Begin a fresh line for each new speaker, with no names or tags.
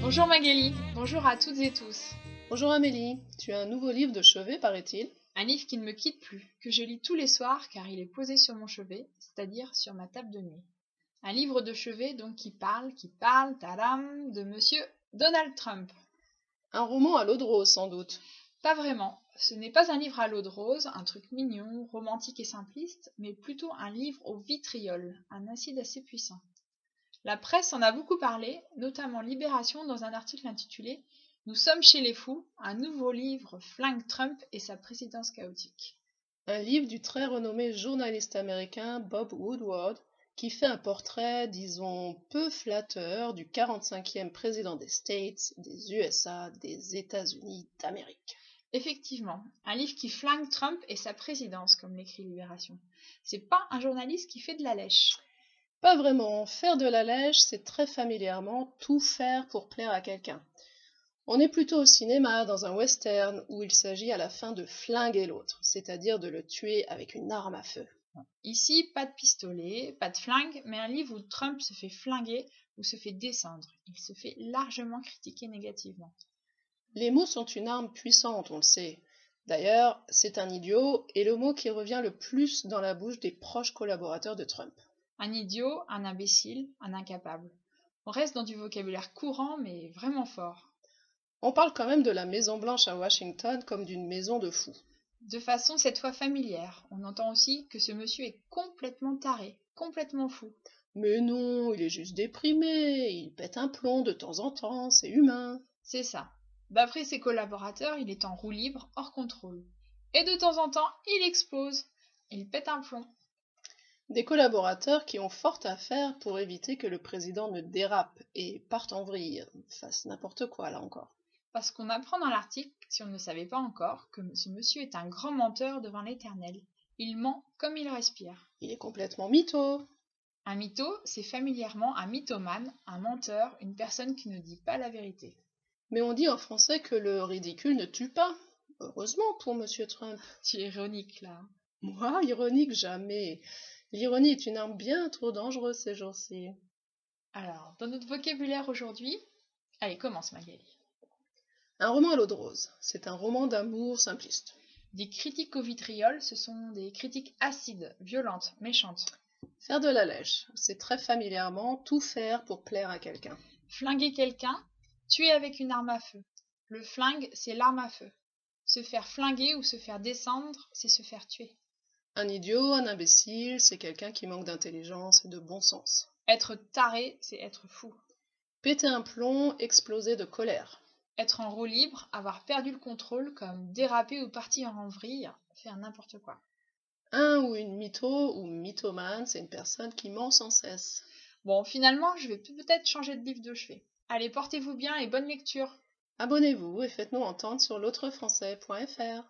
Bonjour Magali, bonjour à toutes et tous.
Bonjour Amélie, tu as un nouveau livre de chevet, paraît-il
Un livre qui ne me quitte plus, que je lis tous les soirs car il est posé sur mon chevet, c'est-à-dire sur ma table de nuit. Un livre de chevet donc qui parle, qui parle, taram, de monsieur Donald Trump.
Un roman à l'eau de rose, sans doute.
Pas vraiment. Ce n'est pas un livre à l'eau de rose, un truc mignon, romantique et simpliste, mais plutôt un livre au vitriol, un acide assez puissant. La presse en a beaucoup parlé, notamment Libération dans un article intitulé Nous sommes chez les fous, un nouveau livre flingue Trump et sa présidence chaotique.
Un livre du très renommé journaliste américain Bob Woodward, qui fait un portrait, disons, peu flatteur du 45e président des States, des USA, des États-Unis d'Amérique.
Effectivement, un livre qui flingue Trump et sa présidence, comme l'écrit Libération. C'est pas un journaliste qui fait de la lèche.
Pas vraiment. Faire de la lèche, c'est très familièrement tout faire pour plaire à quelqu'un. On est plutôt au cinéma, dans un western, où il s'agit à la fin de flinguer l'autre, c'est-à-dire de le tuer avec une arme à feu.
Ici, pas de pistolet, pas de flingue, mais un livre où Trump se fait flinguer ou se fait descendre. Il se fait largement critiquer négativement.
Les mots sont une arme puissante, on le sait. D'ailleurs, c'est un idiot est le mot qui revient le plus dans la bouche des proches collaborateurs de Trump.
Un idiot, un imbécile, un incapable. On reste dans du vocabulaire courant mais vraiment fort.
On parle quand même de la Maison Blanche à Washington comme d'une maison de fous.
De façon cette fois familière, on entend aussi que ce monsieur est complètement taré, complètement fou.
Mais non, il est juste déprimé, il pète un plomb de temps en temps, c'est humain.
C'est ça, D'après ses collaborateurs, il est en roue libre, hors contrôle. Et de temps en temps, il explose. Il pète un plomb.
Des collaborateurs qui ont fort à faire pour éviter que le président ne dérape et parte en vrille, fasse n'importe quoi là encore.
Parce qu'on apprend dans l'article, si on ne le savait pas encore, que ce monsieur est un grand menteur devant l'éternel. Il ment comme il respire.
Il est complètement mytho.
Un mytho, c'est familièrement un mythomane, un menteur, une personne qui ne dit pas la vérité.
Mais on dit en français que le ridicule ne tue pas. Heureusement pour Monsieur Trump.
Tu es ironique là. hein.
Moi, ironique jamais. L'ironie est une arme bien trop dangereuse ces jours-ci.
Alors, dans notre vocabulaire aujourd'hui, allez, commence Magali.
Un roman à l'eau de rose, c'est un roman d'amour simpliste.
Des critiques au vitriol, ce sont des critiques acides, violentes, méchantes.
Faire de la lèche, c'est très familièrement tout faire pour plaire à quelqu'un.
Flinguer quelqu'un, Tuer avec une arme à feu. Le flingue, c'est l'arme à feu. Se faire flinguer ou se faire descendre, c'est se faire tuer.
Un idiot, un imbécile, c'est quelqu'un qui manque d'intelligence et de bon sens.
Être taré, c'est être fou.
Péter un plomb, exploser de colère.
Être en roue libre, avoir perdu le contrôle, comme déraper ou partir en vrille, faire n'importe quoi.
Un ou une mytho ou mythomane, c'est une personne qui ment sans cesse.
Bon, finalement, je vais peut-être changer de livre de chevet. Allez, portez-vous bien et bonne lecture.
Abonnez-vous et faites-nous entendre sur l'autrefrançais.fr.